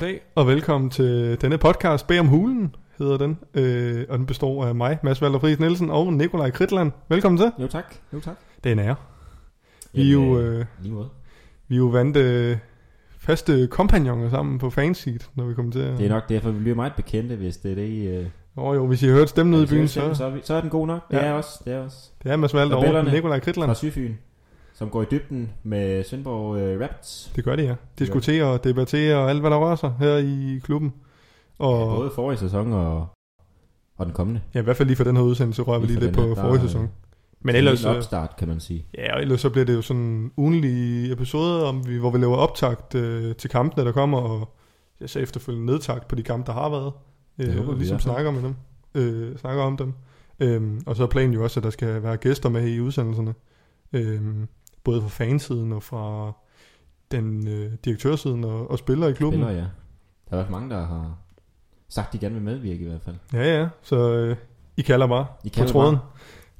Goddag og velkommen til denne podcast, Bag om hulen hedder den, øh, og den består af mig, Mads Valder Friis Nielsen og Nikolaj Kritland. Velkommen til. Jo tak, jo tak. Det er en ære. Vi er jo, øh, Lige måde. vi er jo vandt øh, faste kompagnoner sammen på fanseat, når vi kommer til. at- Det er nok derfor, vi bliver meget bekendte, hvis det er det, I... Øh, Åh oh, jo, hvis I har hørt stemmen ude i hvis I byen, stemmer, så så, er vi, så er den god nok. Det Ja. er også, det er også. det er Mads Valder Og og bellerne. Nikolaj Fra Kritland. Syfyn, som går i dybden med Sønderborg øh, Rapids. Det gør det, ja. Diskuterer og debatterer og alt, hvad der rører sig her i klubben. Og... Og Både forrige sæson og, og den kommende. ja, i hvert fald lige for den her udsendelse, rører vi lige Lige for lidt den på her, der forrige er- sæson. Men Det er ellers, En øh, opstart, kan man sige. Ja, og ellers så bliver det jo sådan ugenlige episoder, om vi, hvor vi laver optakt øh, til kampene, der kommer, og jeg så efterfølgende nedtagt på de kampe, der har været. Det Øh, håber og vi i ligesom hvert fald. snakker med dem. Øh, snakker om dem. Øhm, og så er planen jo også, at der skal være gæster med i udsendelserne. Øhm, både fra fansiden og fra den øh, direktørsiden og, og spillere i klubben. Spiller, ja. Der er også mange, der har sagt, de gerne vil medvirke i hvert fald. Ja, ja. Så øh, I kalder bare I på kalder tråden.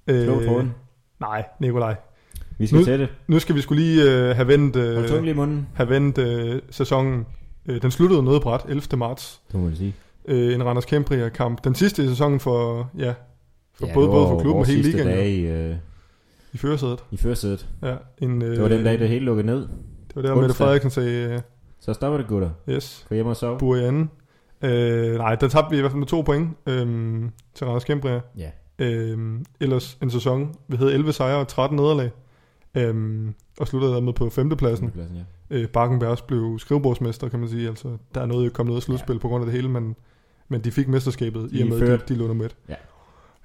Slå Øh, tråden. nej, Nikolaj. Vi skal nu- sætte. Nu skal vi skulle lige øh, have vendt... Hold Øh, tungen lige i munden. have vendt øh, sæsonen. Øh, den sluttede noget bræt 11. marts. Det må man sige. Øh, en Randers Kempria kamp. Den sidste i sæsonen for, ja, for Ja, både, det både var for klubben og vores hele sidste ligaen dag dag. i, øh, i førersædet. i førersædet. Ja, en, øh, Det var den dag, det hele lukkede ned. det var der, Mette onsdag. Frederiksen sagde, øh, Så stopper det, gutter. yes, Gå hjem og sove. bur i anden. Øh, nej, der tabte vi i hvert fald med to point øh, til Randers Kempria. Ja. Øh, ellers en sæson, vi havde 11 sejre og 13 nederlag. Øh, og sluttede dermed på femtepladsen. Pladsen, ja. Øh, Bakkenbergs blev skrivebordsmester, kan man sige. Altså, der er noget, kommet noget slutspil ja. på grund af det hele, men, men de fik mesterskabet, i De og med, er at ført. de, de lå nummer et. Ja.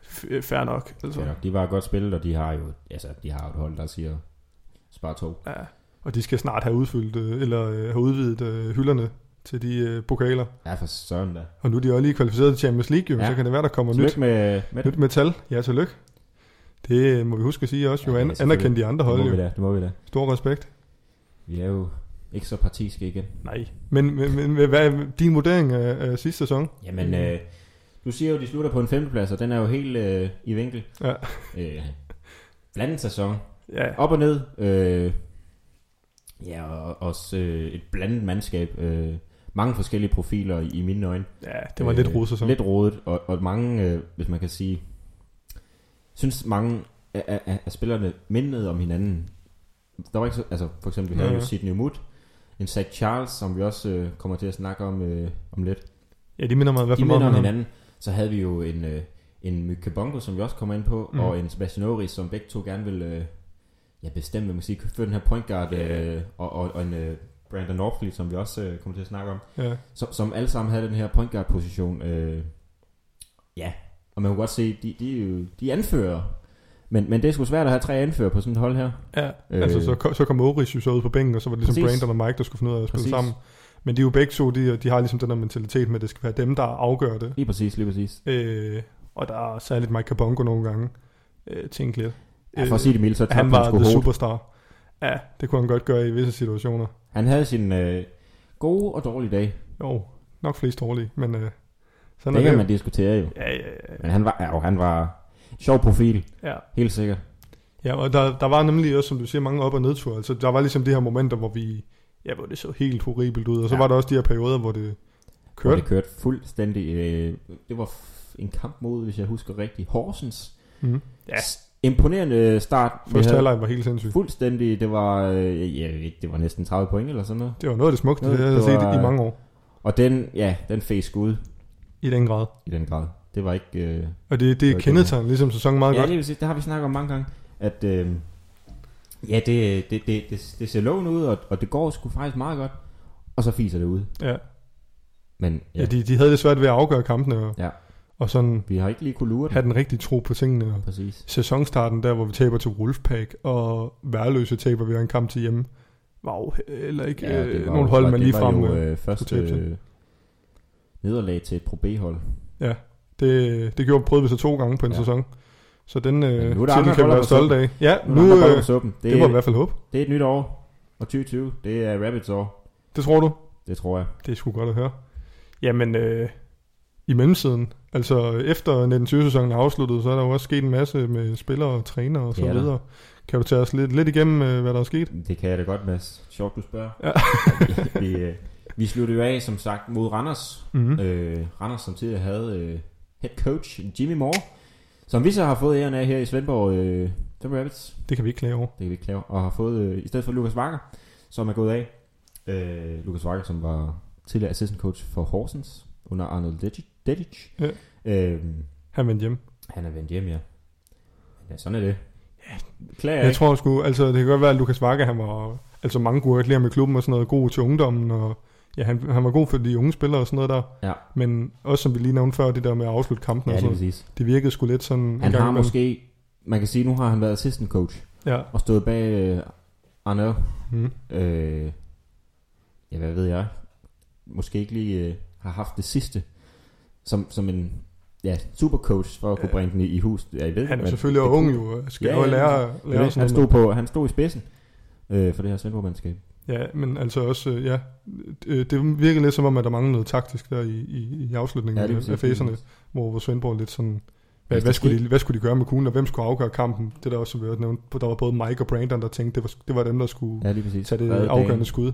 F- fair nok. Altså. Ja, de var godt spillet, og de har jo altså, de har jo et hold, der siger spar to. Ja. Og de skal snart have udfyldt, øh, eller øh, have udvidet øh, hylderne til de øh, pokaler. Ja, for søren da. Og nu er de også lige kvalificeret til Champions League, jo, ja. Ja. så kan det være, der kommer nyt, Tillykke med, med det. nyt metal. Ja, tillykke. Det øh, må vi huske at sige også, Ja, jo, det er an- selvfølgelig- anerkende de andre Det må hold, vi jo. da, det må vi da. Stor respekt. Vi er jo ikke så partiske igen. Nej. Men, men, men hvad er din vurdering af, af sidste sæson? Jamen, Mm. mm. øh, du siger jo, at de slutter på en femteplads, og den er jo helt øh, i vinkel. Ja. Øh, blandet sæson. Ja, Op og ned. Øh, ja, og også øh, et blandet mandskab. Øh, mange forskellige profiler i, i mine øjne. ja det var en lidt russer, som. Øh, Lidt rodet, og, og mange, øh, hvis man kan sige, synes mange af, af, af- af spillerne mindede om hinanden. Der var ikke så, altså for eksempel, vi havde Ja, jo ja. Sidney Wood, en Zach Charles, som vi også øh, kommer til at snakke om, øh, om lidt. Ja, de minder mig i hvert De fald meget minder om om hinanden. hinanden. Så havde vi jo en, øh, en Mykke Bongo, som vi også kommer ind på, Mm. mm. og en Sebastian Oris, som begge to gerne vil øh, ja, bestemme, hvad man siger, føre den her point guard, øh, og, og, og en øh, Brandon Norfleet, som vi også øh, kommer til at snakke om Ja. som, som alle sammen havde den her point guard position. Øh, ja, og man kunne godt se, de, de, er jo- de anfører. Men, men det er sgu svært at have tre anfører på sådan et hold her. Ja, øh, Øh. altså så, ko- så kom Oris jo så ud på bænken, og så var det ligesom Præcis. Brandon og Mike, der skulle finde ud af at spille Præcis. sammen. Men de er jo begge to, de, de har ligesom den der mentalitet med, at det skal være dem, der afgør det. Lige præcis, lige præcis. Øh, og der er særligt Mike Kabongo nogle gange øh, tænkt lidt. Ja, for at sige det mildt, så øh, han tabte han var sgu the hårdt. superstar. Ja, det kunne han godt gøre i visse situationer. Han havde sin øh, gode og dårlige dag. Jo, nok flest dårlige, men øh, sådan Det er kan det. man diskutere jo. Ja, ja, ja, Men han var, ja, jo, han var sjov profil, ja. helt sikkert. Ja, og der, der var nemlig også, som du siger, mange op- og nedture. Altså, der var ligesom de her momenter, hvor vi... Ja, hvor det så helt horribelt ud. Og så ja. Ja. var der også de her perioder, hvor det kørte. Kørte. Det kørte fuldstændig. Øh, det var f- en kamp mod, hvis jeg husker rigtigt, Horsens. Mm. Ja. S- Imponerende start. vi Første havde. halvleg var helt sindssygt. Fuldstændig, det var, øh, ja, jeg ved ikke, det var næsten 30 point eller sådan noget. Det var noget af det smukte, Noget, det, jeg har det set var- i mange år. Og den, ja, den fæs ud I den grad. i den grad. Det var ikke... Øh... Og det, det Det er var kendetegn, ligesom sæsonen meget Ja, godt. det, vil sige, det har vi snakket om mange gange, at øh... ja, det, det, det, det, det ser lovende ud, og, og det går sgu faktisk meget godt, og så fiser det ud. Ja, Men ja, ja de, de havde det svært ved at afgøre kampene, og, Ja. og sådan vi har ikke lige kunne lure den. have den rigtige tro på tingene. Og Præcis. sæsonstarten der, hvor vi taber til Wolfpack, og værløse taber vi en kamp til hjemme, var jo heller ikke ja, øh, det var nogle jo- hold, det man lige var frem... jo øh, øh, første skulle tabe til. øh, nederlag til et Pro B-hold. Det, det gjorde prøvede vi så to gange på en ja. Ja. sæson. Så den øh, nu er der titel andre kan vi boller være på stolte af. Ja, Nu, nu, nu øh, øh, suppen. Det, det var i hvert fald håb. det er et nyt år, og 2020, det er Rabbits år. Det tror du? Det tror jeg. Det er sgu godt at høre. Jamen, øh, i mellemtiden, altså efter 1920-sæsonen er afsluttet, så er der jo også sket en masse med spillere og træner og så Det er der. videre. Kan du tage os lidt, lidt igennem, øh, hvad der er sket? Det kan jeg da godt, Mads. Sjovt, du spørger. Ja. vi, øh, Vi sluttede jo af, som sagt, mod Randers. Mm-hmm. Øh. Øh, Randers, som tidligere havde øh, head coach Jimmy Moore, som vi så har fået æren af her i Svendborg, øh, Svendborg Rabbits. Det kan vi ikke klage over. Det kan vi ikke klare. Og har fået, øh, i stedet for Lukas Vakker, som er gået af. Øh, Lukas Vakker, som var tidligere assistant coach for Horsens under Arnold Dedic. Dedic. Ja. Øh, Han vendte hjem. han er vendt hjem, ja. Ja, sådan er det. Klager Jeg ikke. tror sgu, altså det kan godt være, at Lukas Vakke, han var, altså mange kunne godt lide ham i klubben og sådan noget, god til ungdommen, og ja, han, han var god for de unge spillere og sådan noget der. Ja. Men også som vi lige nævnte før, det der med at afslutte kampen Ja, og det er sådan noget, præcis. det virkede sgu lidt sådan en Han har imellem. måske, man kan sige, nu har han været assistant coach Ja. og stået bag øh, Arnold Mm. øh, ja, hvad ved jeg, måske ikke lige øh, har haft det sidste, som, som en ja, supercoach for at kunne Ja. bringe den i, i hus. Ja, jeg ved, Han er men selvfølgelig det ung kunne- jo, og skal Ja, jo ja, lære, det er lære det. sådan han, noget. stod på, han stod i spidsen øh, for det her Svendborg-mandskab. Ja, men altså også, øh, ja, øh, det virkede lidt som om, at der manglede noget taktisk der i, i, i Ja, afslutningen lige ja, af præcis. facerne, hvor, hvor Svendborg lidt sådan, hvad, Hvis hvad, det skulle skete- de, hvad skulle de gøre med kuglen, og hvem skulle afgøre kampen? Det der også, som vi også nævnte, der var både Mike og Brandon, der tænkte, det var, det var dem, der skulle Ja, lige præcis. tage det Redde afgørende dagen. skud.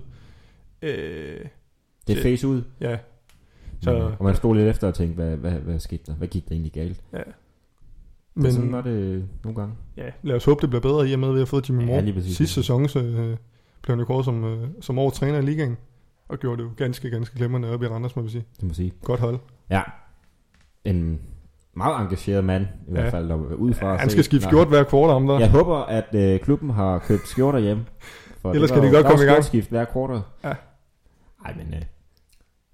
Øh, Det er face ud. ja, Så- Så, og man stod lidt efter og tænkte, hvad, hvad, hvad skete der? Hvad gik der egentlig galt? Men, men sådan var det nogle gange. ja, lad os håbe, det bliver bedre i og med, at vi har fået Jimmy Ja, Moore. lige præcis. Sidste sæson så, øh, blev han jo kåret som, øh, som årets træner i ligaen, og gjorde det jo ganske, ganske glemrende op i Randers, må vi sige. Det må sige. Godt hold. Ja. En meget engageret mand, i hvert Ja. fald, der var udefra. at Han se, skal skifte når- skjort hver kvartal om der. Jeg håber, at øh, klubben har købt skjorter hjem. For Ellers det kan var de jo- godt der var komme i gang. skjorteskift hver kvarter. Ja. Ej, men øh,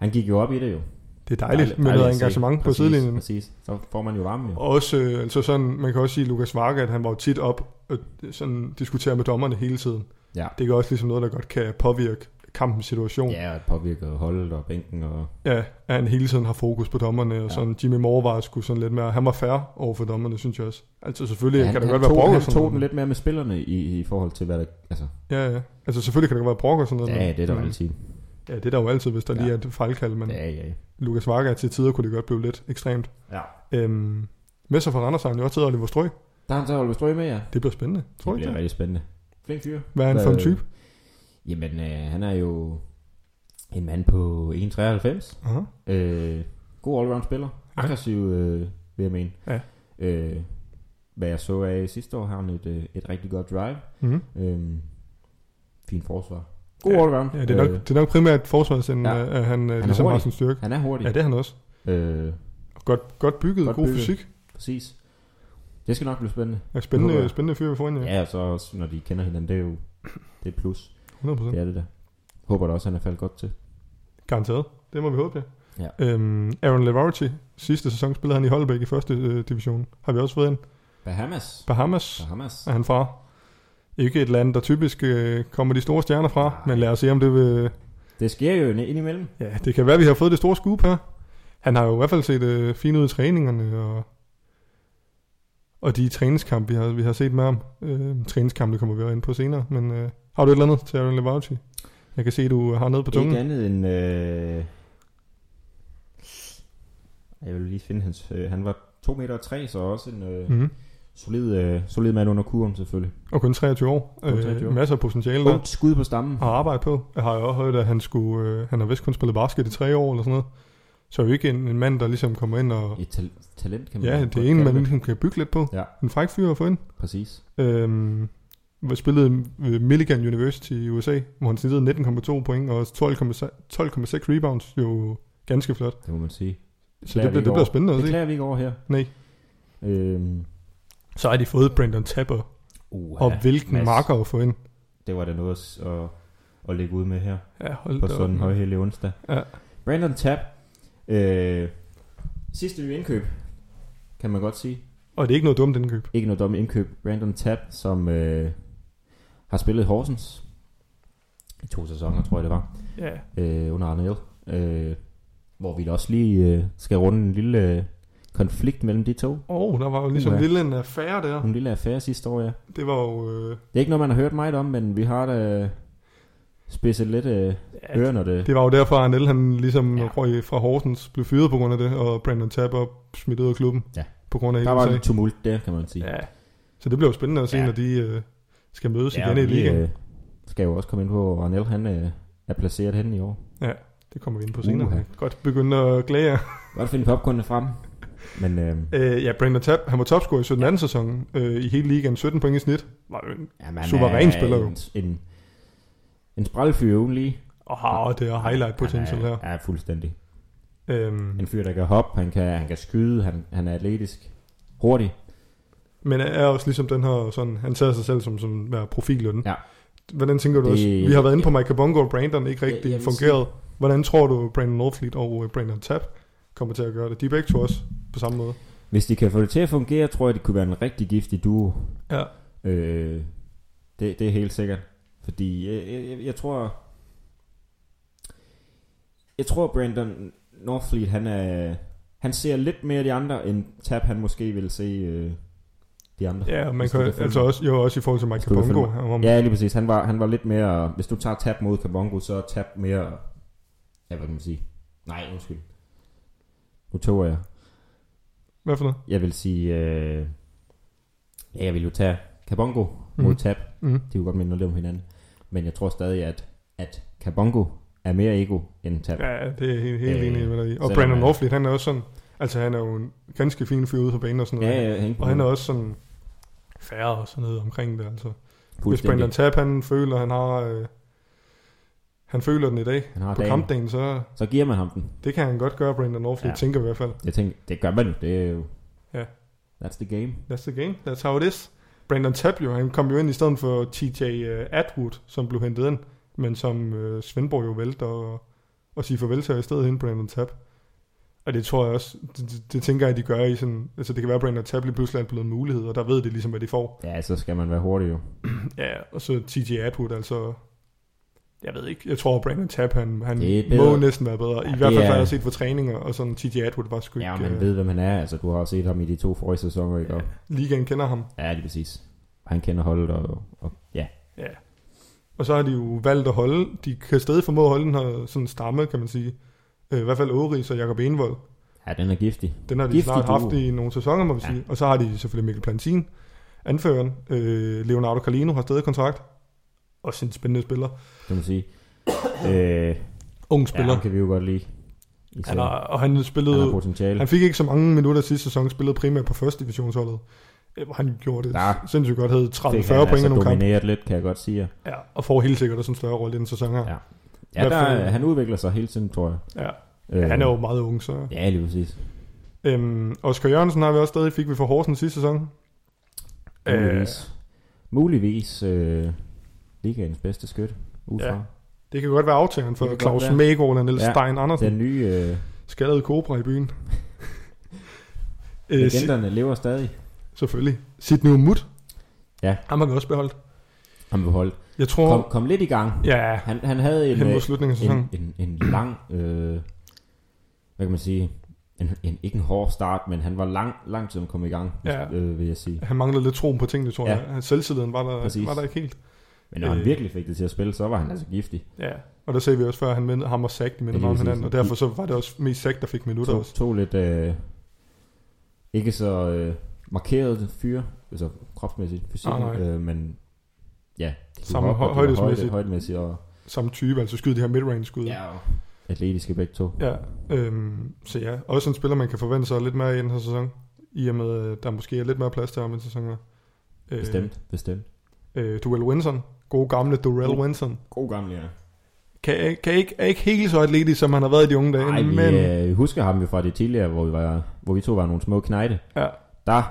han gik jo op i det jo. Det er dejligt med noget at se. engagement på præcis, sidelinjen. Præcis, så får man jo varme jo. Og også, øh, altså sådan, man kan også sige, at Lukas Varga, at han var jo tit op og øh, sådan diskuterer med dommerne hele tiden. Ja. Det er også ligesom noget, der godt kan påvirke kampens situation. Ja, og at påvirke holdet og bænken og... Ja, at han hele tiden har fokus på dommerne, og Ja. sådan Jimmy Moore var sgu sådan lidt mere, han var fair over for dommerne, synes jeg også. Altså selvfølgelig Ja, ja, han, kan der han godt være tog, brok og han sådan tog noget. den lidt mere med spillerne i, i forhold til, hvad der... Altså, Ja, ja. Altså selvfølgelig kan der godt være brok og sådan noget. ja, men- det er der jo men- altid. Ja, det er der jo altid, hvis der Ja. lige er et fejlkald, men Ja, ja, ja. Lukas Varga til tider kunne det godt blive lidt ekstremt. ja. Øhm, med sig fra Randers har han jo også taget Oliver Strøg. Der har han så Oliver Strøg med, ja. Det bliver spændende, tror Det jeg ikke bliver det? rigtig spændende. Flink fyr. Hvad er han for en Øh, type? Jamen, øh, han er jo en mand på 1,93. Aha. Øh, god allround spiller. Ja. Aggressiv, øh, vil jeg mene. Ja. Øh, hvad jeg så af sidste år, har han et, øh, et rigtig godt drive. Mm-hmm. Øh, fint forsvar. God Ja. allround. Ja, det er, nok, øh, det er nok primært forsvarsenden, ja. ja. at han, han er ligesom har hurtig. sin styrke. han er hurtig. Ja, det er han også. Øh, Og Godt, godt bygget, Godt god bygget. fysik. præcis. Det skal nok blive spændende. Ja, Det håber spændende, jeg. spændende fyr, vi får ind, Ja, ja. ja og så også, når de kender hinanden, det er jo det er et plus. 100%. Det er det der. Håber da også, han er faldet godt til. Garanteret. Det må vi håbe, ja. Ja. Øhm, Aaron Levarity, sidste sæson spillede han i Holbæk i første øh, division. Har vi også fået ind. Bahamas. Bahamas Bahamas. er han fra. Ikke et land, der typisk øh, kommer de store stjerner fra, Nej. men lad os se, om det vil... Det sker jo indimellem. Ja, det kan være, vi har fået det store scoop her. Han har jo i hvert fald set øh, fin ud i træningerne, og, og de træningskampe, vi har, vi har set med ham. Øh, træningskampe kommer vi også ind på senere, men øh, har du et eller andet til Aaron Levarity? Jeg kan se, du har noget på tungen. Ikke andet end... Øh... Jeg vil lige finde hans... Øh, han var 2 meter og 3, så også en øh, mm. Mm-hmm. solid, øh, solid mand under kurven selvfølgelig. Og kun 23 år. Kun 23 år. Øh, masser af potentiale der. Ungt skud på stammen. at arbejde på. Jeg har jo også hørt, at han, skulle, øh, han har vist kun spillet basket i tre år eller sådan noget. Så er jo ikke en, en mand, der ligesom kommer ind og... Et tal- talent kan man Ja, godt det er en, kalde man ligesom kan bygge lidt på. Ja. En fræk fyr at få ind. Præcis. Øhm, hvor spillede ved Milligan University i USA, hvor han snittede 19,2 point og 12,6 12,6 rebounds. Jo ganske flot. Det må man sige. Så Klager det, vi bliver, det ikke bliver spændende over. at Det se. klager vi ikke over her. Nej. Øhm, Så har de fået Brandon Tapper. uha, Og hvilken Mads, marker at få ind. Det var da noget at, s- at, at lægge ud med her. Ja, hold på da op, sådan en mand. højhældig onsdag. Ja. Brandon Tapp. Øh, sidste nye indkøb, kan man godt sige. Og det er ikke noget dumt indkøb. Ikke noget dumme indkøb. Brandon Tapp, som øh, har spillet i Horsens i to sæsoner, tror jeg det var, Ja. øh, under Arne L. Øh, hvor vi da også lige øh, skal runde en lille øh, konflikt mellem de to. Åh, oh, der var jo ligesom Uha. lille en affære der. En lille affære sidste år, ja. Det var jo... Øh, Det er ikke noget, man har hørt meget om, men vi har da spidset lidt øh, ja, ører, når det... Det var jo derfor, at Arnel, han ligesom Ja. ja. røg fra Horsens, blev fyret på grund af det, og Brandon Tapper smidt ud af klubben Ja. på grund af Der hele var sagen. lidt tumult der, kan man sige. Ja. Så det bliver jo spændende at se, Ja. ja. når de øh, skal mødes Ja, igen i og vi, ligaen. øh, skal jo også komme ind på, hvor Arnel han øh, er placeret henne i år. Det kommer vi ind på senere. Uha. Uh-huh. Godt begynde at glæde jer. Godt finde popcornene frem. Men øh, Øh, ja, Brandon Tapp, han var topscorer i 17. anden sæson øh, i hele ligaen. 17 point i snit. Var jo en- ja, man Suveræn spiller jo. en, en, en sprælfyr uden lige. Åh, det er highlight potential han er, her. her. Ja, fuldstændig. Øhm, En fyr, der kan hoppe, han kan, han kan skyde, han, han er atletisk, hurtig. men er også ligesom den her, sådan, han ser sig selv som, som være profilen. Ja. Hvordan tænker du Det- også? Vi har været inde på Mike Bongo og Brandon, ikke rigtig jeg ja, vil fungeret. Hvordan tror du, Brandon Northfleet og øh, Brandon Tapp kommer til at gøre det? De er begge to også på samme måde. Hvis de kan få det til at fungere, tror jeg, det kunne være en rigtig giftig duo. Ja. Øh, det, det er helt sikkert. Fordi jeg, jeg, jeg, jeg tror... Jeg tror, Brandon Northfleet, han er... Han ser lidt mere de andre, end Tab han måske vil se øh, de andre. Ja, og man Hvis kan du kan følge altså mig. også, jo, også i forhold til Mike du kan Bongo. følge Han var Ja, lige præcis. Han var, han var lidt mere... Hvis du tager Tab mod Kabongo, så er Tab mere... Ja, hvad kan man sige? Nej, undskyld. Nu tog jeg. Hvad for noget? Jeg vil sige... Øh, ja, jeg vil jo tage Kabongo mod Mhm. Tab. Mm. De kunne godt minde lidt om hinanden. Men jeg tror stadig, at, at Kabongo er mere ego end Tab. Ja. Ja, det er helt, helt Øh, øh, enig med dig i. Og selvom Brandon han- Northfleet, han er også sådan, altså han er jo en ganske fin fyr ude på banen og sådan noget. Ja, ja, hæng på Og han er hovedet. også sådan færre og sådan noget omkring det, altså. Hvis Fuldstændig. Brandon Tapp, han føler, han har... Øh, han føler den i dag han har på dagen. kampdagen, så Så giver man ham den. det kan han godt gøre, Brandon Northfleet, Ja. ja. tænker i hvert fald. Jeg tænker, det gør man jo. Det er jo... Ja. That's the game. That's the game, that's how it is. Brandon Tapp jo, han kom jo ind i stedet for TJ øh, Atwood, som blev hentet ind, men som øh, Svendborg jo valgte at, at sige farvel til, og i stedet hente Brandon Tapp. Og det tror jeg også, det, det, det tænker jeg, de gør i sådan, altså det kan være, at Brandon Tapp lige pludselig er blevet en mulighed, og der ved det ligesom, hvad de får. Ja, så skal man være hurtig jo. Ja, og så TJ Atwood, altså... Jeg ved ikke, jeg tror Brandon Tapp, han, han Det er må bedre. næsten være bedre. I Ja, hvert det fald har er- jeg set for træninger, og sådan TJ Atwood var sgu ikke... Ja, og man øh, ved, hvem han er. Altså, du har også set ham i de to forrige sæsoner, ikke? Og, Ligaen kender ham. ja, lige præcis. Og han kender holdet, og, og ja. Ja. Og så har de jo valgt at holde, de kan stadig formå at holde den her sådan stamme, kan man sige. Øh, I hvert fald Åris og Jakob Envold. ja, den er giftig. Den har de Giftig snart duo. haft i nogle sæsoner, må vi Ja. ja. sige. Og så har de selvfølgelig Mikkel Plantin, anføreren. Øh, Leonardo Carlino har stadig kontrakt. Også en spændende spiller. kan man sige. øh, Ung ja, spiller. ham kan vi jo godt lide. Især. han har, og han han spillede... har potentiale. Han fik ikke så mange minutter sidste sæson, spillede primært på første divisionsholdet. Øh, hvor Han gjorde det Ja. sindssygt godt, havde 30-40 Fik point han altså i nogle kampe, domineret lidt, kan jeg godt sige. jer. ja, og får helt sikkert også en større rolle i den sæson her. Ja. Ja. Ja, Hvad der, for er- en? han udvikler sig hele tiden, tror jeg. Ja. Øh, Han er jo meget ung, så... Ja. Ja, lige præcis. Øhm, Oscar Jørgensen har vi også stadig, fik vi fra Horsens sidste sæson. Øh, Muligvis. Muligvis øh, ligaens bedste skytte. Ufra. Ja. det kan godt være aftageren for Det kan Claus godt være. Mægaard eller Niels Ja. ja. Stein Andersen. Den nye øh, Skaldede kobra i byen. øh, si- legenderne lever stadig. selvfølgelig. Sidney Umut. Ja. Ham har vi også beholdt. Han blev holdt. Jeg tror... Kom, kom lidt i gang. Ja, Han, han havde en, hen mod øh, slutningen af sæsonen. en, en, en lang, øh, hvad kan man sige, en, en, ikke en hård start, men han var lang, lang tid om at komme i gang, Ja. øh, vil jeg sige. Han manglede lidt troen på tingene, tror Ja. ja. jeg. Selvtilliden var der, Præcis. var der ikke helt. Men når øh. han Øh. virkelig fik det til at spille, så var han altså giftig. Ja, og der ser vi også før, at han mindede, ham og Zack, de mindede Ja, meget om lige hinanden, og præcis. derfor så var det også mest Zack, der fik minutter To, også. to lidt øh, ikke så øh, markeret fyre, altså kropsmæssigt, fysik, Nej, Ah, nej. øh, men ja. de kunne Samme hoppe, hø- og de var højde- højdesmæssigt. Højdemæssigt og Samme type, altså skyde de her midrange-skud. ja, og atletiske begge to. ja øhm, så ja, også en spiller, man kan forvente sig lidt mere i den her sæson, i og med, at der måske er lidt mere plads til ham i sæsonen. Øh, Bestemt, bestemt. Øh, Duel Winson, gode gamle Durrell God. Winson. God gammel, ja. Kan, kan ikke, er ikke helt så atletisk, som han har været i de unge dage, Ej, vi men øh, husker ham jo fra det tidligere, hvor vi, var, hvor vi to var nogle små knejde. Ja. Der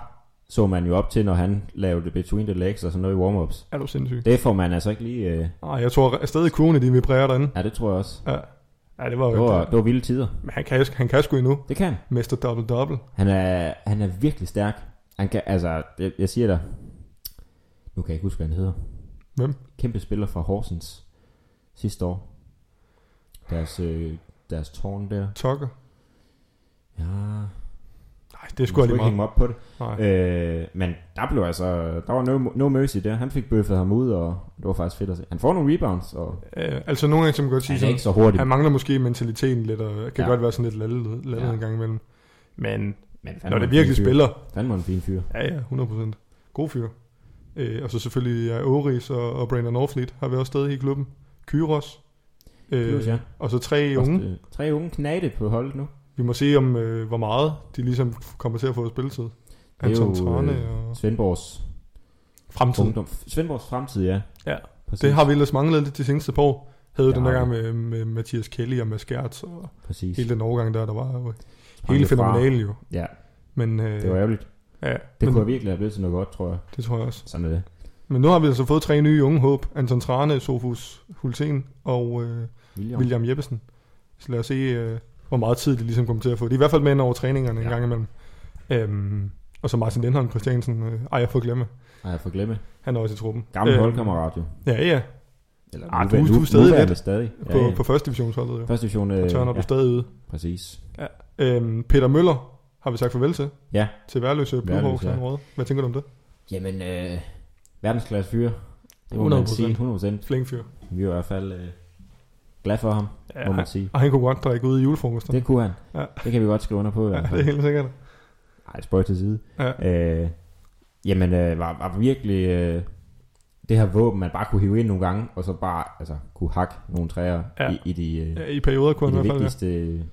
så man jo op til, når han lavede between the legs og sådan noget i warm-ups. er du sindssyg. Det får man altså ikke lige... Øh, Ej, jeg tror at stadig kurene, de vibrerer derinde. ja, det tror jeg også. Ja, ja det var Det jo var, det. det var vilde tider. Men han kan, han kan sgu endnu. Det kan han. Mester double-double. han. Er, han er virkelig stærk. Han kan, altså, jeg, jeg siger dig... Nu kan jeg ikke huske, hvad han hedder. Hvem? Kæmpe spiller fra Horsens sidste år. Deres, øh, deres tårn der. Tucker. Ja, Nej, det er sgu lige ikke meget. hænge mig op på det. Nej. Øh, men der blev altså, der var no, no mercy der. Han fik bøffet ham ud, og det var faktisk fedt at se. Han får nogle rebounds, og Øh, altså nogle gange, som man godt sige, han er sådan, ikke så hurtig. han mangler måske mentaliteten lidt, og kan Ja. ja. godt være sådan lidt lallet, lallet Ja. ja. en gang imellem. Men Men når det virkelig spiller, Han var en fin fyr. ja ja, 100%. God fyr. Øh, og så selvfølgelig ja, Oris og, og Brandon Norfleet har vi også stadig i klubben. Kyros. Øh, Plus, ja. og så tre Også, unge. øh, tre unge knæte på holdet nu. Vi må se, om øh, hvor meget de ligesom kommer til at få spilletid. Anton jo, Trane øh, og Svendborgs fremtid. ungdom. Svendborgs fremtid, ja. Ja. Præcis. Det har vi ellers manglet lidt de seneste par år. Havde jo Det den der har gang med, med Mathias Kelly og Mads Gertz og Præcis. hele den overgang der, der var jo Sprang hele det fra. fænomenalen jo. Ja, Men, øh, det var ærgerligt. ja, Det men, kunne jeg virkelig have blevet til noget godt, tror jeg. det tror jeg også. Sådan er det. Men nu har vi altså fået tre nye unge håb. Anton Trane, Sofus Hulten og øh, William. William Jeppesen. Så lad os se, øh, hvor meget tid de ligesom kommer til at få. De er i hvert fald med ind over træningerne ja. en Ja. gang imellem. Øhm, og så Martin Lindholm Christiansen. Øh, ej, jeg får glemme. Ej, jeg får glemme. Han er også i truppen. Gammel Øhm, holdkammerat jo. Ja, ja. Eller Ah, nuvæ- du- nu- du er stadig nuværende stadig. På, ja, ja. på første divisionsholdet. Jo. Første division. Øh, Og Tørner ja. ja, stadig ude. præcis. Øhm, Peter Møller har vi sagt farvel til. Ja. Til værløse Blue Værløse, Hawks ja. område. Hvad tænker du om det? Jamen, øh, verdensklasse fyre. Det må man 100%. sige 100%. Flink fyr. Vi er i hvert fald øh, glad for ham, må man sige. Og han kunne godt drikke ude i julefrokoster. Det kunne han. Ja. Det kan vi godt skrive under på. ja, i hvert det fald. er helt sikkert. Ej, spøj til side. Ja. Øh, jamen, øh, var, var virkelig øh, det her våben, man bare kunne hive ind nogle gange, og så bare altså, kunne hakke nogle træer Ja. ja. i, i de, øh, Ja, ja, I perioder kunne i han de i hvert fald, ja. vigtigste,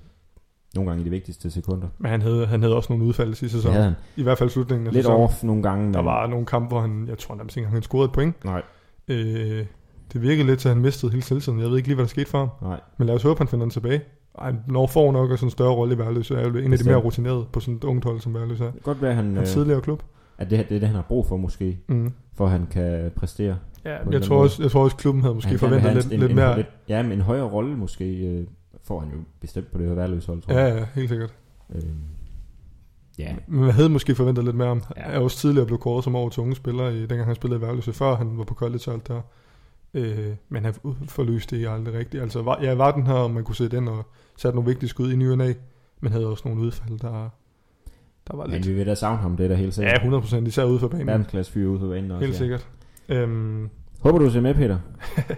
nogle gange i de vigtigste sekunder. Men han havde, han havde også nogle udfald sidste Så sæson. havde Ja. han I hvert fald slutningen af lidt sæsonen. off nogle gange. Der var nogle kampe, hvor han, jeg tror nærmest ikke, engang, han scorede et point. Nej, Øh, det virkede lidt til, at han mistede hele selvtiden. Jeg ved ikke lige, hvad der skete for ham. nej. Men lad os håbe, han finder den tilbage. Og han når får nok også en større rolle i Værløse. Er jo en af de Bestemt. mere rutinerede på sådan et ungt hold, som Værløse er. Det kan godt være, at han, Han øh, tidligere klub. at det, her, det er det, han har brug for måske, Mm. for at han kan præstere. Ja, en jeg anden tror, måde. også, jeg tror også, klubben havde måske han han gerne vil forventet have lidt, en, lidt mere... En, lidt, ja, men en højere rolle måske øh, får han jo bestemt på det her værløse hold, tror ja, jeg. ja, helt sikkert. Øh, ja, Men man havde måske forventet lidt mere om. Ja. Ja. Jeg er også tidligere blevet kåret som over til unge spillere, i, dengang han spillede i Værløse, før han var på college og alt der. Øh, men han forløste det aldrig rigtigt. Altså, var, ja, var den her, og man kunne se den og satte nogle vigtige skud i ny og næ, men havde også nogle udfald, der, der var men lidt... vi vil da savne ham, det er da helt sikkert. Ja, 100% især ude for banen. Ja, Verdensklasse fyre ude på banen også. helt ja. sikkert. Øhm, Håber du ser med, Peter. Mike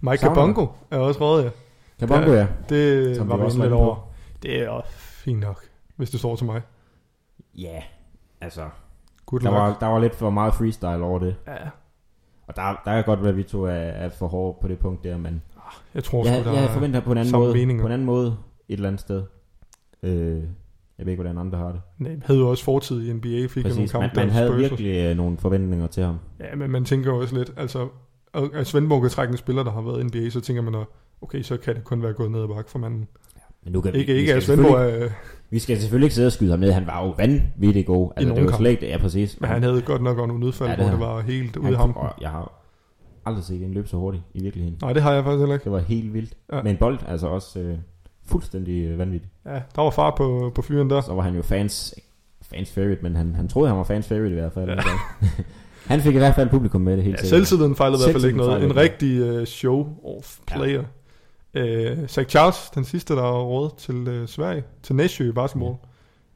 Savner Kabongo er også røget, ja. Kabongo, ja. Det Som var vi vi også også var lidt inde på. over. Det er også fint nok, hvis det står til mig. Ja, altså. Good Der luck. var, der var lidt for meget freestyle over det. Ja, Og der, der kan godt være, at vi to er, er for hårde på det punkt der, men jeg tror jeg, sgu, der jeg er- forventer på en anden samme måde. meninger. På en anden måde et eller andet sted. Øh, jeg ved ikke, hvordan andre har det. Nej, havde jo også fortid i NBA, fik Præcis, nogle Præcis, man, kampe, man der havde Spurs- virkelig øh, nogle forventninger til ham. Ja, men man tænker jo også lidt, altså, at at Svendborg kan trække en spiller, der har været i NBA, så tænker man, at okay, så kan det kun være gået ned ad bakke for manden. Men nu kan Ikke, vi, ikke vi, at skal Svendborg, selvfølgelig, er, vi skal selvfølgelig ikke sidde og skyde ham ned. Han var jo vanvittigt god. Altså, det nogle var kampe. slet ikke, ja, præcis. men han havde godt nok også nogle udfald, Ja, ja, det hvor det havde var helt ude Han- af ham. og Jeg har aldrig set en løbe så hurtigt i virkeligheden. Nej, det har jeg faktisk heller ikke. Det var helt vildt. Ja. Ja. Med en bold, altså også øh, fuldstændig øh, vanvittigt. Ja, der var fart på, på fyren der. Så var han jo fans, fans favorite, men han, han troede, han var fans favorite i hvert fald. Ja. Ja. han fik i hvert fald publikum med det helt Ja, selvtilliden fejlede i hvert fald ikke Selvtilliden noget. En fejlede rigtig uh, show-off player. Ja. Uh, Zach Charles, den sidste, der er råd til uh, Sverige, til Næsjø i basketball.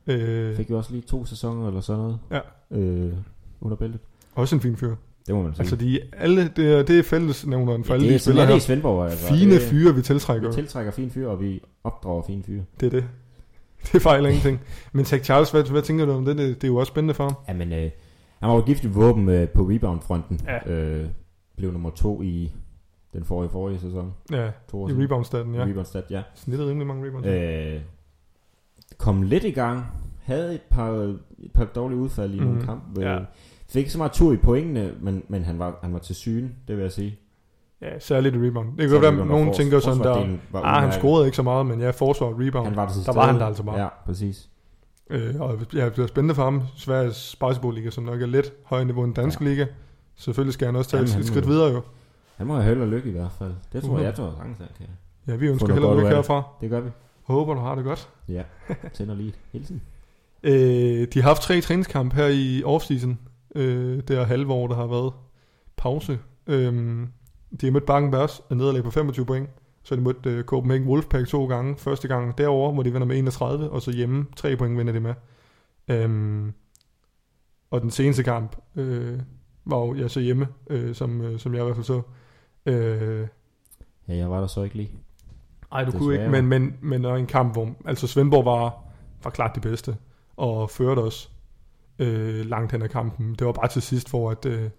Ja. Uh, Fik jo også lige to sæsoner eller sådan noget. Ja. Øh, under bæltet. også en fin fyr. Det må man sige. Altså de alle, det, er- det er fællesnævneren for ja, alle det de er sådan, er spillere det i her. Svendborg. Altså. Fine Det- fyre, vi tiltrækker. Vi tiltrækker fine fyre, og vi opdrager fine fyre. Det er det. Det fejler ingenting. Men Zach Charles, hvad, hvad tænker du om det? det? Det er jo også spændende for ham. Jamen, øh, han var jo gift i våben øh, på reboundfronten. Ja. Øh, blev nummer to i den forrige, forrige sæson. Ja, To år i siden. reboundstaten, ja. I reboundstat, ja. Snittet rimelig mange rebounds. Øh, Øh, kom lidt i gang, havde et par, et par dårlige udfald i mm, Mhm, nogle kampe. ja. Ja. Fik ikke så meget tur i pointene, men, men han, var, han var til syne, det vil jeg sige. ja, særligt i rebound. Det kan godt være, at nogen tænker sådan der, ah, han scorede ikke så meget, men ja, forsvar og rebound. Han var der, til Der stede. var han der altså bare. Ja, præcis. Øh, og ja, det bliver spændende for ham. Sveriges basketballliga, som nok er lidt højere niveau end dansk ja. liga. Selvfølgelig skal han også tage Jamen, Jamen, han et må skridt jo. videre jo. Han må have held og lykke i hvert fald. Det tror Mhm. jeg, jeg tror sagtens, han kan. Ja, vi Få ønsker noget held og godt lykke ud af det. herfra. Det gør vi. Håber, du har det godt. Ja, tænder lige hele tiden. Øh, de har haft tre træningskampe her i offseason. Øh, det er halve år, der har været pause. Øh, de har mødt Bakken Bærs, et nederlag på 25 point. Så har de mødt øh, Copenhagen Wolfpack to gange. Første gang derover, hvor de vinder med 31, og så hjemme tre point vinder de med. Øh, og den seneste kamp øh, var jo ja, så hjemme, øh, som, øh, som jeg i hvert fald så. Øh, Ja, jeg var der så ikke lige. ej, du Desværre. kunne ikke, men, men, men der er en kamp, hvor altså Svendborg var, var klart de bedste, og førte os øh, langt hen ad kampen. Det var bare til sidst, hvor at, øh,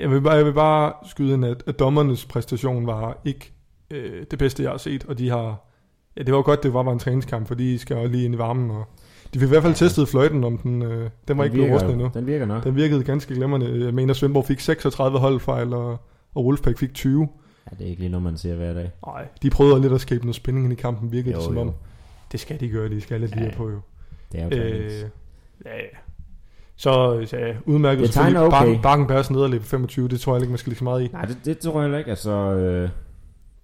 jeg, vil bare, jeg vil bare skyde ind, at, at dommernes præstation var ikke øh, det bedste, jeg har set, og de har... Ja, det var jo godt, det var, var en træningskamp, for de skal jo lige ind i varmen, og de fik i hvert fald testet fløjten, om den, øh, den var Den ikke blevet virker rustet jo. endnu. Den virker nok. Den virkede ganske glemrende. Jeg mener, Svendborg fik 36 holdfejl, og, og Wolfpack fik 20. Ja, det er ikke lige noget, man ser hver dag. Nej, de prøvede lidt at skabe noget spænding ind i kampen, virkede det som om. jo. Det skal de gøre, de skal alle lige Ja, her på jo. Det er jo Øh, øh, ja, ja. Så, så ja, udmærket selvfølgelig. Det tegner okay. Bakken, Bakkenbergs nederlag på 25, det tror jeg ikke, man skal ligge så meget i. Nej, det, det, tror jeg heller ikke. Altså, øh,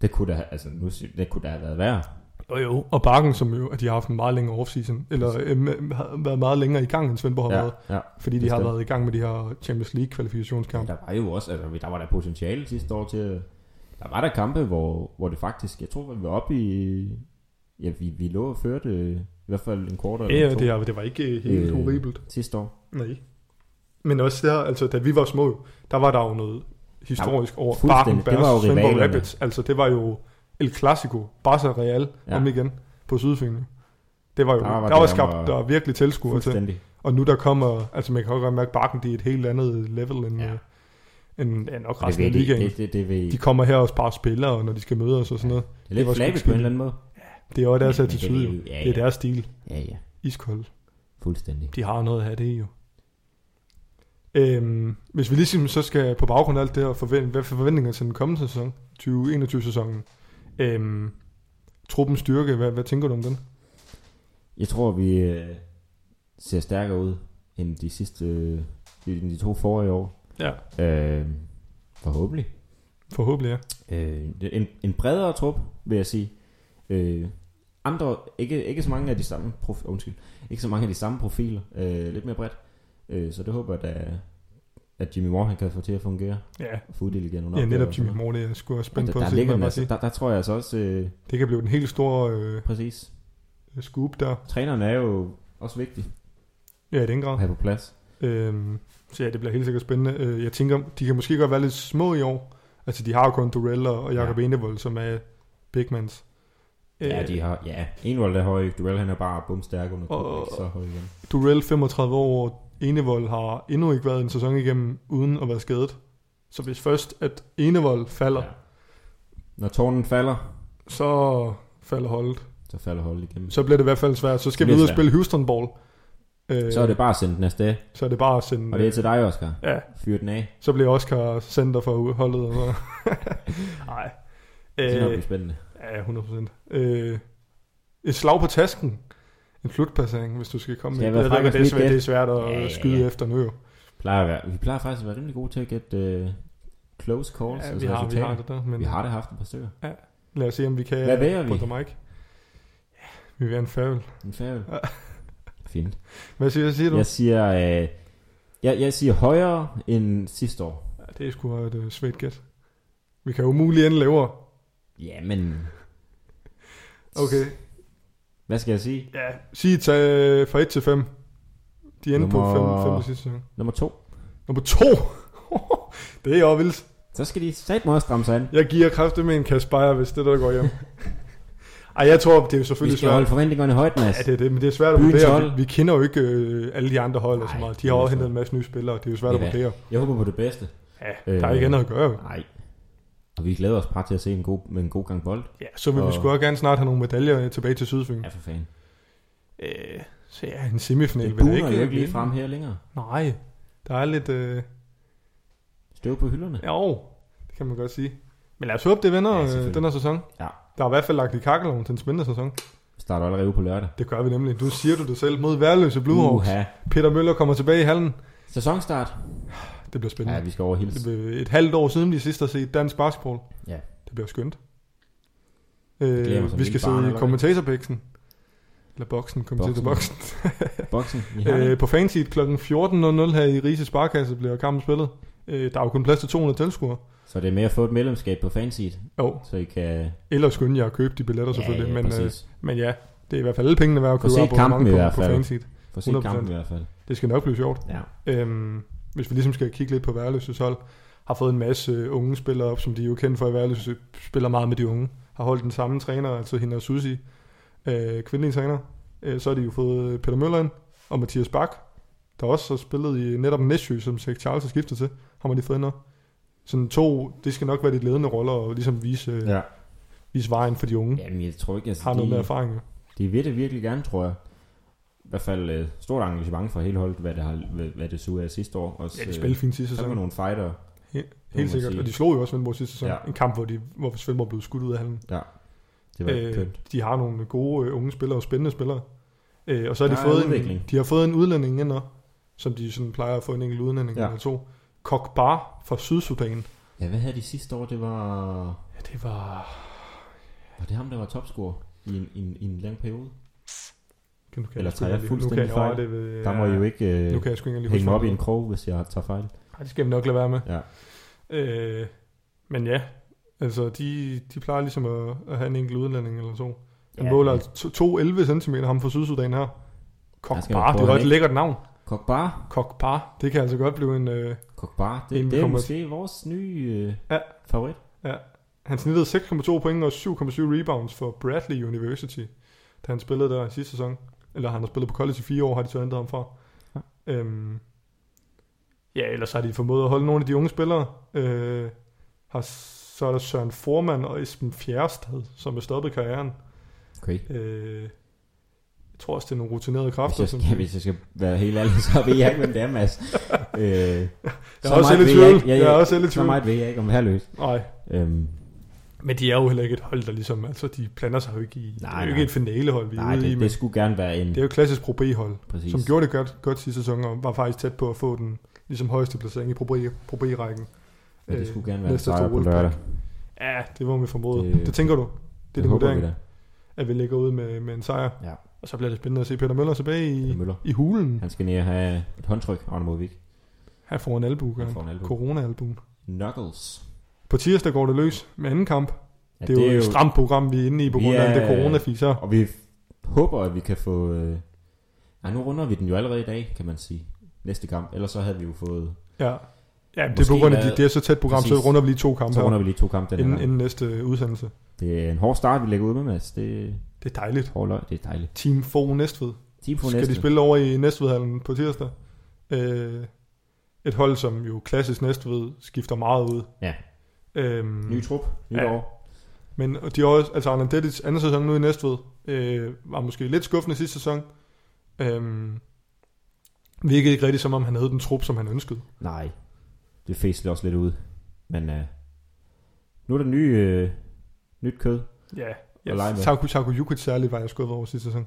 det kunne da, altså, nu, siger- det kunne da have været værre. Jo, jo. Og Bakken, som jo, at de har haft en meget længere offseason, eller øh, har været meget længere i gang, end Svendborg har ja, været. ja. Fordi de det har stemmer. været i gang med de her Champions League kvalifikationskampe. Der var jo også, altså, der var der potentiale sidste år til, der var der kampe, hvor, hvor det faktisk, jeg tror, vi var oppe i, ja, vi, vi lå og førte øh, i hvert fald en kvartal Ja, ja, to det, er, det var ikke øh, helt Øh. horribelt. sidste år. Nej. Men også der, altså da vi var små, der var der jo noget historisk over fuldstændig. Det var jo Barkenbergs Svendborg rivalerne. Rapids. Altså det var jo El Clasico, Barca Real, Ja. ja. om igen, på Sydfyn. Det var jo, Der der var, var det der var om skabt, at- der var virkelig tilskuer til. Fuldstændig. Og nu der kommer, altså man kan jo godt mærke, Barken, de er et helt andet level end, Ja. ja. end, end nok Og Det resten ved af de, ligaen. det, det, det, ved, De kommer her og sparer spillere, og når de skal møde os og sådan noget. det er lidt var sgu flabet ikke på en skidt. eller anden måde. Det er jo deres Men- men attitude, det jo. er jo- ja, Det er ja. deres stil. Ja, ja, Iskold. fuldstændig. De har noget at have det i, jo. Øhm, hvis vi ligesom så skal på baggrund af alt det her, forvent, hvad er forventninger til den kommende sæson, 2021-sæsonen, øhm, truppens styrke, hvad, hvad tænker du om den? Jeg tror, vi øh, ser stærkere ud end de sidste, øh, end de to forrige år. Ja. Øh, forhåbentlig. Forhåbentlig, ja. Øh, det- en, en bredere trup, vil jeg sige. Øh, andre, ikke, ikke så mange af de samme prof, oh, undskyld, ikke så mange af de samme profiler, øh, lidt mere bredt. Øh, så det håber jeg da, at Jimmy Moore han kan få til at fungere Ja, og få uddelt igen under ja opgaver netop og Jimmy sådan noget. Moore, det er jeg sgu også spændt Og på at se, altså. der, der, ligger hvad en man siger. masse, der, der tror jeg altså også, øh, Det kan blive den helt store øh, præcis, scoop der. træneren er jo også vigtig Ja, i den grad. at have på plads. Øhm, så ja, det bliver helt sikkert spændende. Øh, jeg tænker, de kan måske godt være lidt små i år. Altså, de har jo kun Durell og og Jakob Ja. ja. Enevold, som er bigmans. Ja, de har, ja, Envold er høj, Duel han er bare bumstærk under Og- og, ikke så høj igen. Durell, 35 år, Enevold har endnu ikke været en sæson igennem uden at være skadet. Så hvis først, at Enevold falder, ja. Ja. Når tårnen falder, så falder holdet. så falder holdet igennem. Så, Så bliver det i hvert fald svært. Så skal Det vi ud og bliver spille Houston Ball. Øh, så er det bare at sende den afsted, så er det bare at sende... og det er til dig, Oscar. Ja, Fyr den af. så bliver Oscar center for holdet. Og så. Nej. Det Øh. er nok blive spændende. Ja, 100%. Øh, et slag på tasken. En flutpassering, hvis du skal komme Skal med. jeg Jeg ved være ikke, fræk det er og smide svært, et det er svært at Ja, ja, ja, ja. skyde efter nu jo. Plejer at være, vi plejer faktisk at være rimelig gode til at gætte uh, close calls. altså Ja, vi, har, vi har det der, men vi har det haft et par stykker. lad os se, om vi kan... Hvad væger vi? på The mic. Vi vil have en færøl. En færøl. Fint. Hvad siger, siger du? Jeg siger, øh, jeg, jeg siger højere end sidste år. Ja, det er sgu et uh, svært gæt. Vi kan umuligt ende lavere. Ja, men Okay. hvad skal jeg sige? Ja, sig et tal fra 1 til 5. De endte Nummer- på 5, 5 sidste sæson. Nummer to. Nummer 2. det er jo vildt. Så skal de satme også stramme sig an. Jeg giver kraftet med en kasse bajer, hvis det er der går hjem. Ej, jeg tror, det er jo Vi selvfølgelig skal svært. holde forventningerne højt, Mads. Ja, det er det, men det er svært at Byens vurdere. hold. Vi, vi kender jo ikke øh, alle de andre hold og så Nej, meget. det De har er også svært. hentet en masse nye spillere, det er jo svært Ja. at vurdere. Jeg håber på det bedste. Øh, Ja, der er ikke andet at gøre. jo. Nej. Og vi glæder os bare til at se en god, med en god gang bold. Ja, så vil vi Og- sgu også gerne snart have nogle medaljer tilbage til Sydfyn. Ja, for fanden. Øh, så ja, en semifinal Det vil jeg buner ikke. jo ikke lige frem her længere. Nej, der er lidt... Øh, Støv på hylderne. jo, det kan man godt sige. Men lad os håbe, det vender Ja, ja, selvfølgelig. øh, den her sæson. Ja. Der er i hvert fald lagt i kakkeloven til en spændende sæson. Vi starter allerede ude på lørdag. Det gør vi nemlig. Nu siger du det selv mod værløse Bluehawks. Uha. Peter Møller kommer tilbage i hallen. Sæsonstart. Det bliver spændende. Ja, vi skal over Det hilse. blev et halvt år siden, vi sidst har set dansk basketball. Ja. Det bliver skønt. glæder mig Øh, som vi lille skal barn sidde i allerede. kommentatorbæksen. Eller boksen, kommentator Boksen. boksen. Boksen i Herning. Øh, på fanseat kl. 14.00 her i Rises Sparkasse bliver kampen spillet. Øh, der er jo kun plads til 200 tilskuere. Så det er med at få et medlemskab på Fanseat, Jo, så I kan... ellers skynde jer at købe de billetter selvfølgelig. men, øh, præcis. men ja, det er i hvert fald alle pengene værd at Få købe set abonnement kampen i på, hvert på fald. fanseat. Få set 100%. kampen i hvert fald. Det skal nok blive sjovt. Ja. Øhm, hvis vi ligesom skal kigge lidt på værløses hold, har fået en masse øh, unge spillere op, som de er jo kendt for i værløse, spiller meget med de unge. Har holdt den samme træner, altså hende og Susi, øh, kvindelige træner. Øh, så har de jo fået øh, Peter Møller ind, og Mathias Bak, der også har spillet i netop Næsjø, som Sek Charles har skiftet til, har man lige fået ind over. Sådan to, det skal nok være de ledende roller, og ligesom vise, øh, ja. ja. vise vejen for de unge. Ja, Jamen, jeg tror ikke, altså, har noget med de, erfaring. jo. de vil det virkelig gerne, tror jeg. I hvert fald øh, stort engagement fra hele holdet, hvad det, har, hvad, hvad det så ud af sidste år. Også, Ja, de øh, spillede fint sidste der var sæson. nogle fighter. må man Helt sikkert. sige. Og de slog jo også Svendborg sidste sæson. Ja. Ja. En kamp, hvor, de, hvor Svendborg blev skudt ud af handen. Det var øh, Øh, kønt. de har nogle gode øh, unge spillere og spændende spillere. Øh, og så har de Der er fået en, udvikling. de har fået en udlænding ind også, som de sådan plejer at få en enkelt udlænding Ja. ja. eller to. Kok Bar fra Sydsudan. Ja, hvad havde de sidste år? Det var... Ja, det var... Var det ham, der var topscorer i en, i en, i en lang periode? Kan du kan Eller sgu tager jeg ikke lige- fuldstændig nu kan jeg, fejl? åh, det ved, Der må I jo ikke øh, Nu kan jeg sgu ikke lige hænge mig op i det. en krog, hvis jeg tager fejl. Ej, det skal vi nok lade være med. Ja. Øh, men ja, altså de, de plejer ligesom at, at have en enkelt udlænding eller to. Han Ja. ja, måler altså to- 2,11 cm ham fra Sydsudan her. Der skal man Kokbar, prøve, det var han et ikke- lækkert navn. Kokbar. Kokbar, det kan altså godt blive en... Øh, Kokbar. Det, En det er kommer- måske vores nye øh, ja. Ja. favorit. han snittede 6,2 point og 7,7 rebounds for Bradley University, da han spillede der i sidste sæson. Eller han har spillet på college i fire år, har de så hentet ham fra. Ja. Ja. Øhm, ja, ellers har de formået at holde nogle af de unge spillere. Øh, har, så er der Søren Forman og Esben Fjerstad, som er stoppet karrieren. Okay. Øh, jeg tror også, det er nogle rutinerede Hvis kræfter. jeg, som- skal, hvis jeg skal være helt ærlig, så ved jeg ikke, hvem det er, Mads. Øh, Jeg er også lidt i tvivl. Jeg er også lidt i Så tvivl. meget ved jeg ikke om herløs. Nej, Øhm, men de er jo heller ikke et hold, der ligesom... Altså, de blander sig jo ikke i... Nej, det er jo nej. ikke et finalehold, vi er nej, ude i. det, men det skulle gerne være en... det er jo et klassisk Pro B-hold. præcis. som gjorde det godt, godt sidste sæson, og var faktisk tæt på at få den ligesom højeste placering i Pro B- Pro B-rækken. ja, det skulle gerne være en øh, næste sejr store på Wolfpack. lørdag. Ja, det var vi formodet. Det- Det, det tænker du. Det er det din håber vurdering, vi da. at vi ligger ud med, med en sejr. Ja. Og så bliver det spændende at se Peter Møller tilbage Det er i, Møller. i hulen. Han skal ned og have et håndtryk, Arne Modvik. Han får en albu, gør Han han. får en albu. corona-albuen. Knuckles. På tirsdag går det løs med anden kamp. Ja, det, er jo et stramt program, vi er inde i på grund af Ja. alt det corona-fiser. Og vi håber, at vi kan få... Øh... Ej, nu runder vi den jo allerede i dag, kan man sige. Næste kamp. Ellers så havde vi jo fået... Ja. Ja, det Måske er på grund af, være- at det er så tæt program, Præcis. så runder vi lige to kampe Så her, runder vi lige to kampe den her inden, gang. inden næste udsendelse. Det er en hård start, vi lægger ud med, Mads. Det er Det er dejligt. hård løg. Det er dejligt. Team Fogh Næstved. Team på skal næste. de spille over i Næstvedhallen på tirsdag. Øh, et hold, som jo klassisk Næstved skifter meget ud. Ja. Ny Øhm, trup. Nyt Ja. år. men de har også, altså Arnandettis anden sæson nu i Næstved, øh, var måske lidt skuffende sidste sæson. Øhm, virkede ikke rigtig som om, han havde den trup, som han ønskede. Nej. Det fæsler også lidt ud. Men øh, nu er der nye, øh, nyt kød. Ja, Og lege ja med. Taku, Taku Jukic særligt var jeg skuffet over sidste sæson.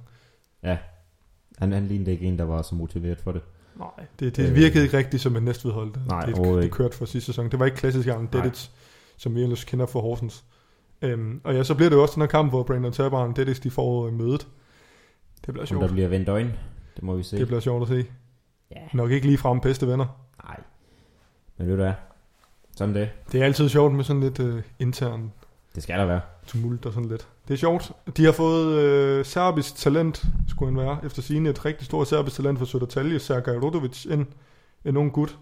Han, han lignede ikke en, der var så motiveret for det. Nej, det, det Øh. virkede ikke rigtigt som et Næstved-hold. Det, Nej, overhovedet det, det ikke. kørte for sidste sæson. Det var ikke klassisk Arnandettis, som vi ellers kender fra Horsens. Øhm, og ja, så bliver det jo også den her kamp, hvor Brandon Tab og Arnandettis, de får øh, mødet. Det bliver Om sjovt. der bliver vendt øjne. Det må vi se. Det bliver sjovt at se. Ja. Nok ikke lige frem bedste venner. Nej. Men ved du hvad? Sådan det. Det er altid sjovt med sådan lidt øh, intern Det skal der være. tumult og sådan lidt. Det er sjovt. De har fået øh, serbisk talent, skulle han være, efter sine et rigtig stort serbisk talent fra Södertälje, Sergej Rodovic, en, en ung gut.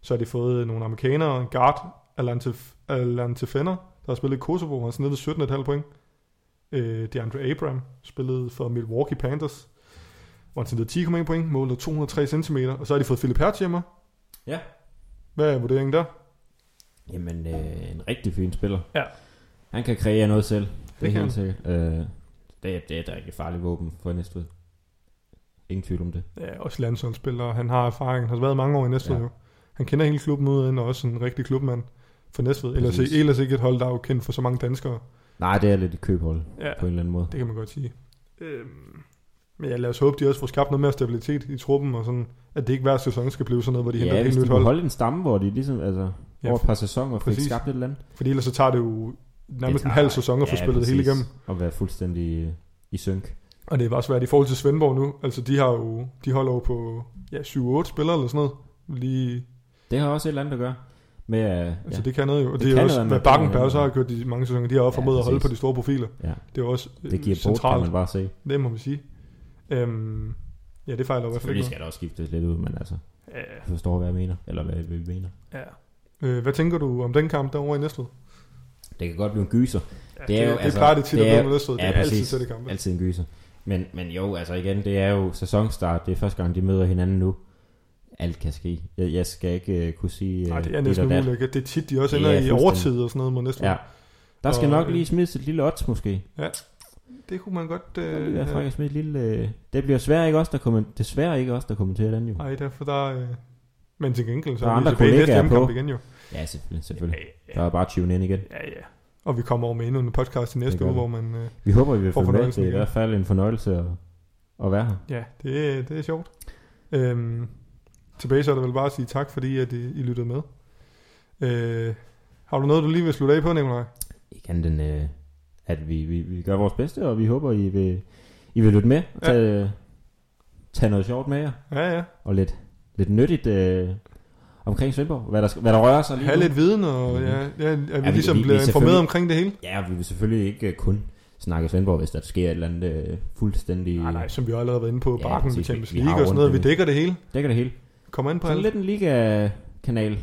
Så har de fået øh, nogle amerikanere, en guard, Alantef, Alantefener, der har spillet i Kosovo, han har snittet 17,5 point. Øh, DeAndre Abram spillede for Milwaukee Panthers, hvor han snittede 10,1 point, målet 203 cm, og så har de fået Philip Hertz hjemme. Ja. Hvad er vurderingen der? Jamen, øh, en rigtig fin spiller. Ja. Han kan kreere noget selv. Det, det er kan helt sikkert. Øh, det, er- det er et rigtig farligt våben for Næstved. Ingen tvivl om det. Ja, også landsholdsspiller. Han har erfaring. Han har været mange år i Næstved Ja. ja. jo. Han kender hele klubben ud og også en rigtig klubmand for Næstved. Ellers, Præcis. ellers ikke et hold, der er jo kendt for så mange danskere. Nej, det er lidt et købhold Ja, på en eller anden måde. det kan man godt sige. Øhm, men ja, lad os håbe, de også får skabt noget mere stabilitet i truppen, og sådan, at det ikke hver sæson skal blive sådan noget, hvor de henter ja, et hvis helt de nyt kunne hold. holde en stamme, hvor de ligesom, altså, ja, Ja, over et par sæsoner fik præcis. skabt et eller andet. Fordi ellers så tager det jo nærmest Det en tager- halv sæson at få spillet det hele præcis. igennem. Og være fuldstændig øh, i synk. Og det er bare svært i forhold til Svendborg nu. Altså, de, har jo, de holder jo på ja, 7-8 spillere eller sådan noget. Lige, Det har også et eller andet at gøre med, øh, altså, ja, det kan noget jo. Og Det det, det kan er også, noget, hvad men det kan Bakkenberg noget. så har gjort de mange sæsoner. De har også Ja, formået at holde på præcis. de store profiler. ja, Det er jo også øh, det giver bort, kan centralt, man bare se. det må man sige. Øhm, ja, det fejler jo i hvert fald Selvfølgelig ikke skal der også skiftes lidt ud, men altså, noget. jeg forstår, hvad jeg mener, eller hvad vi mener. Ja, ja. Øh, hvad tænker du om den kamp derovre i Næstved? Det kan godt blive en gyser. Ja, Det er jo, det, altså, det plejer det tit det at er blive jo- med Næstved. ja, Ja, det er altid præcis. tætte kampe. Altid en gyser. Men, men jo, altså igen, det er jo sæsonstart. Det er første gang, de møder hinanden nu. Alt kan ske. Jeg, jeg skal ikke uh, kunne sige... øh, Nej, det er dit næsten og dat. umuligt. ikke? Det er tit, de også Det ender er i fuldstændig- overtid og sådan noget mod Næstved. Ja, Der skal Og, nok øh, lige smides et lille odds måske. Det kunne man godt... Øh, Øh, lige være fræk øh, og smide et lille... Øh, det bliver svært ikke også, der kommer, desværre ikke også, der kommenterer den jo. nej, derfor der... Øh, men til gengæld, så Der er er vi andre tilbage i næste kollegaer på. hjemmekamp igen jo. Ja, selvfølgelig. selvfølgelig. Der er bare at tune ind igen. Ja, ja. Og vi kommer over med endnu en podcast i Det næste gør uge, vi. hvor man... Øh, Vi håber, vi vil For få med. Det fornøjelsen er i igen. hvert fald en fornøjelse at, at være her. ja, det, det er sjovt. Øhm, tilbage så er det vel bare at sige tak, fordi at I, I lyttede med. Øh, har du noget, du lige vil slutte af på, Nikolaj? Ikke andet end, øh, at vi, vi, vi gør vores bedste, og vi håber, I vil, I vil lytte med og Ja. tage, øh, tage noget sjovt med jer. Ja, ja. Og lidt, lidt nyttigt øh, omkring Svendborg. Hvad der, sk- hvad der rører sig lige Have nu. lidt viden, og Mhm. ja, ja, at vi vi- ligesom vi- vi bliver informeret selvfølgelig- omkring det hele. Ja, vi vil selvfølgelig ikke øh, kun snakke Svendborg, hvis der sker et eller andet øh, fuldstændig... Ah, Nej, nej, som vi jo allerede har været inde på, Ja, ja, Barken, præcis. Champions Vi- vi har League og sådan noget, vi rundt det. dækker det hele. Dækker det hele. Kom ind på Sådan alt. lidt en liga-kanal.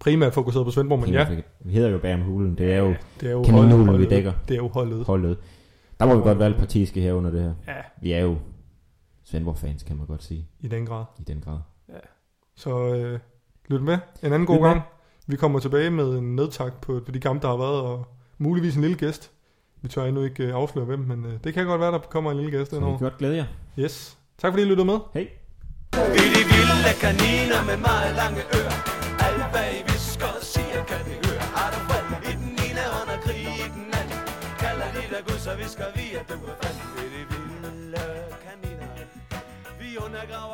Primært fokuseret på Svendborg, men ja, Vi hedder jo Bærem Hulen. Det er jo det er jo kaninhulen, holdet- vi dækker. Det er jo holdet. holdet. Der må vi godt være lidt partiske her under det her. Ja, Vi er jo Svendborg-fans, kan man godt sige, i den grad. i den grad. Så øh, lyt med en anden god Lyt med. gang. Vi kommer tilbage med en nedtak på, på de kampe, der har været, og muligvis en lille gæst. Vi tør endnu ikke øh, afsløre hvem, men øh, det kan godt være, der kommer en lille gæst Så vi kan indover. godt glæde jer. Yes. Tak fordi I lyttede med. Hej! Vi er de vilde kaniner med meget lange ører Alt hvad I visker og siger kan vi høre Har der fred i den ene hånd og krig i den anden Kalder de dig Gud, så visker vi at du er fanden Vi er de vilde kaniner Vi undergraver